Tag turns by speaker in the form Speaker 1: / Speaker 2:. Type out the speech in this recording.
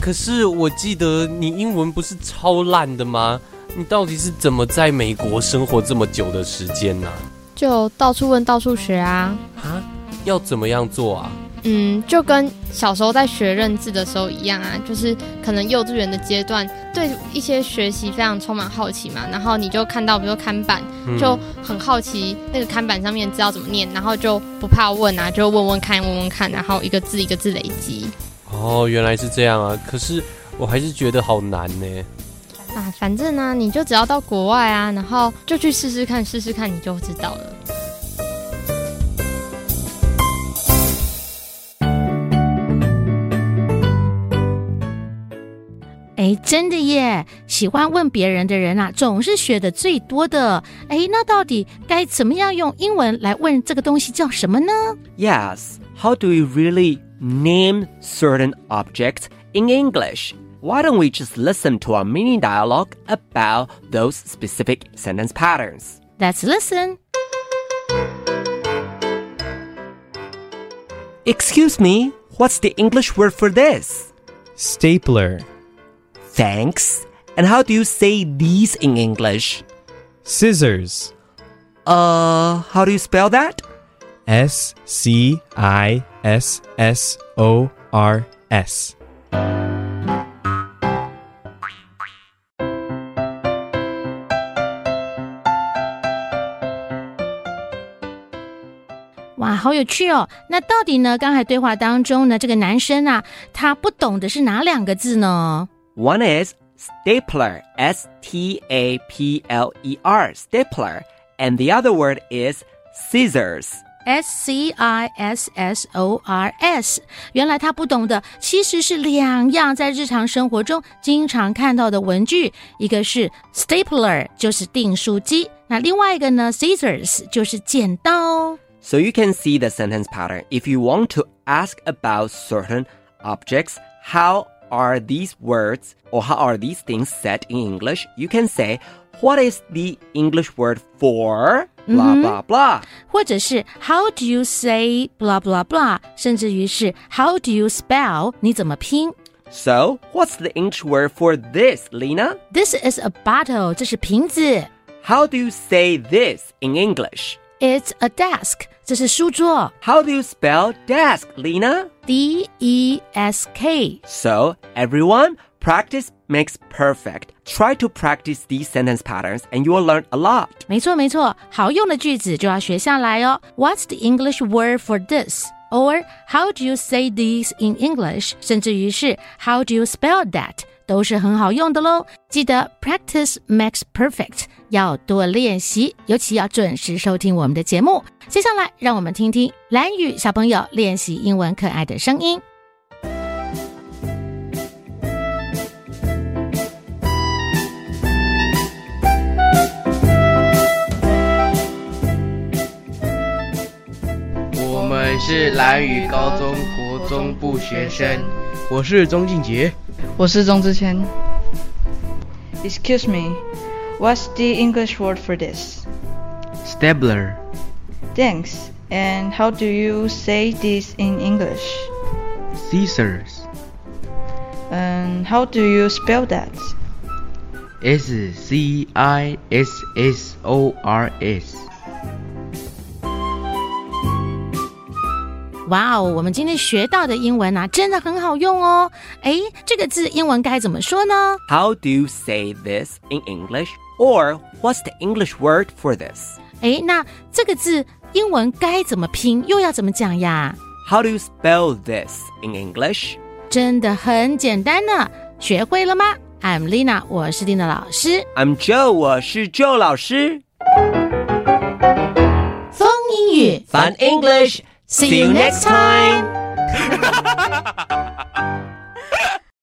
Speaker 1: 可是我记得你英文不是超烂的吗？你到底是怎么在美国生活这么久的时间啊呢、
Speaker 2: 就到处问，到处学啊。
Speaker 1: 啊？要怎么样做啊？
Speaker 2: 嗯，就跟小时候在学认字的时候一样啊，就是可能幼稚园的阶段对一些学习非常充满好奇嘛，然后你就看到比如说看板，
Speaker 1: 嗯
Speaker 2: 就很好奇那个看板上面知道怎么念，然后就不怕问啊，就问问看，问问看，然后一个字一个字累积
Speaker 1: 哦，原来是这样啊。可是我还是觉得好难呢。
Speaker 2: 啊，反正呢、你就只要到国外啊，然后就去试试看，试试看你就知道了。
Speaker 3: 哎，真的耶！喜欢问别人的人啊，总是学的最多的。哎，那到底该怎么样用英文来问这个东西叫什么呢？
Speaker 4: Yes, how do we really name certain objects in English? Why don't we just listen to a mini dialogue about those specific sentence patterns?
Speaker 3: Let's listen.
Speaker 4: Excuse me, what's the English word for this?
Speaker 5: Stapler.
Speaker 4: Thanks. And how do you say these in English?
Speaker 5: Scissors.
Speaker 4: Uh, how do you spell that?
Speaker 5: S C I S S O R S.
Speaker 3: 哇，好有趣哦！那到底呢？刚才对话当中呢，这个男生啊，他不懂的是哪两个字呢？
Speaker 4: One is stapler, S T A P L E R, stapler, and the other word is scissors.
Speaker 3: S C I S S O R S，原来他不懂的其实是两样在日常生活中经常看到的文具，一个是 stapler，就是订书机，那另外一个呢，scissors 就是剪刀哦。
Speaker 4: So you can see the sentence pattern. If you want to ask about certain objects, how are these words or how are these things said in English? You can say, What is the English word for? Blah,
Speaker 3: Mhm.
Speaker 4: blah, blah.
Speaker 3: 或者是 How do you say blah blah blah，甚至于是 How do you spell？你怎么拼？
Speaker 4: So, what's the English word for this, Lena?
Speaker 3: This is a bottle，这是瓶子。
Speaker 4: How do you say this in English?
Speaker 3: It's a desk，这是书桌。
Speaker 4: How do you spell desk, Lena?
Speaker 3: D E S K。
Speaker 4: So, everyone, practice makes perfect. Try to practice these sentence patterns and you will learn a lot.
Speaker 3: 没错没错，好用的句子就要学下来哦。What's the English word for this? Or how do you say these in English？甚至于是 How do you spell that？都是很好用的喽。记得 practice makes perfect，要多练习，尤其要准时收听我们的节目。接下来，让我们听听蓝宇小朋友练习英文可爱的声音。
Speaker 6: 我们是蓝屿高中国中部学生，我是钟静杰。
Speaker 7: 我是钟之谦。Excuse me, what's the English word for this?
Speaker 6: Stabler
Speaker 7: Thanks. And how do you say this in English?
Speaker 6: Caesars
Speaker 7: And how do you spell that?
Speaker 6: S C I S S O R S。
Speaker 3: 哇哦，我们今天学到的英文啊，真的很好用哦。诶，这个字英文该怎么说呢？
Speaker 4: How do you say this in English? Or what's the English word for this?
Speaker 3: 诶，哎那这个字英文该怎么拼，又要怎么讲呀？
Speaker 4: How do you spell this in English?
Speaker 3: 真的很简单呢，学会了吗？I'm Lina，我是 Lina 老师。
Speaker 4: I'm Joe，我是 Joe 老师。
Speaker 3: 风英语
Speaker 4: Fun English，See
Speaker 3: See you next time.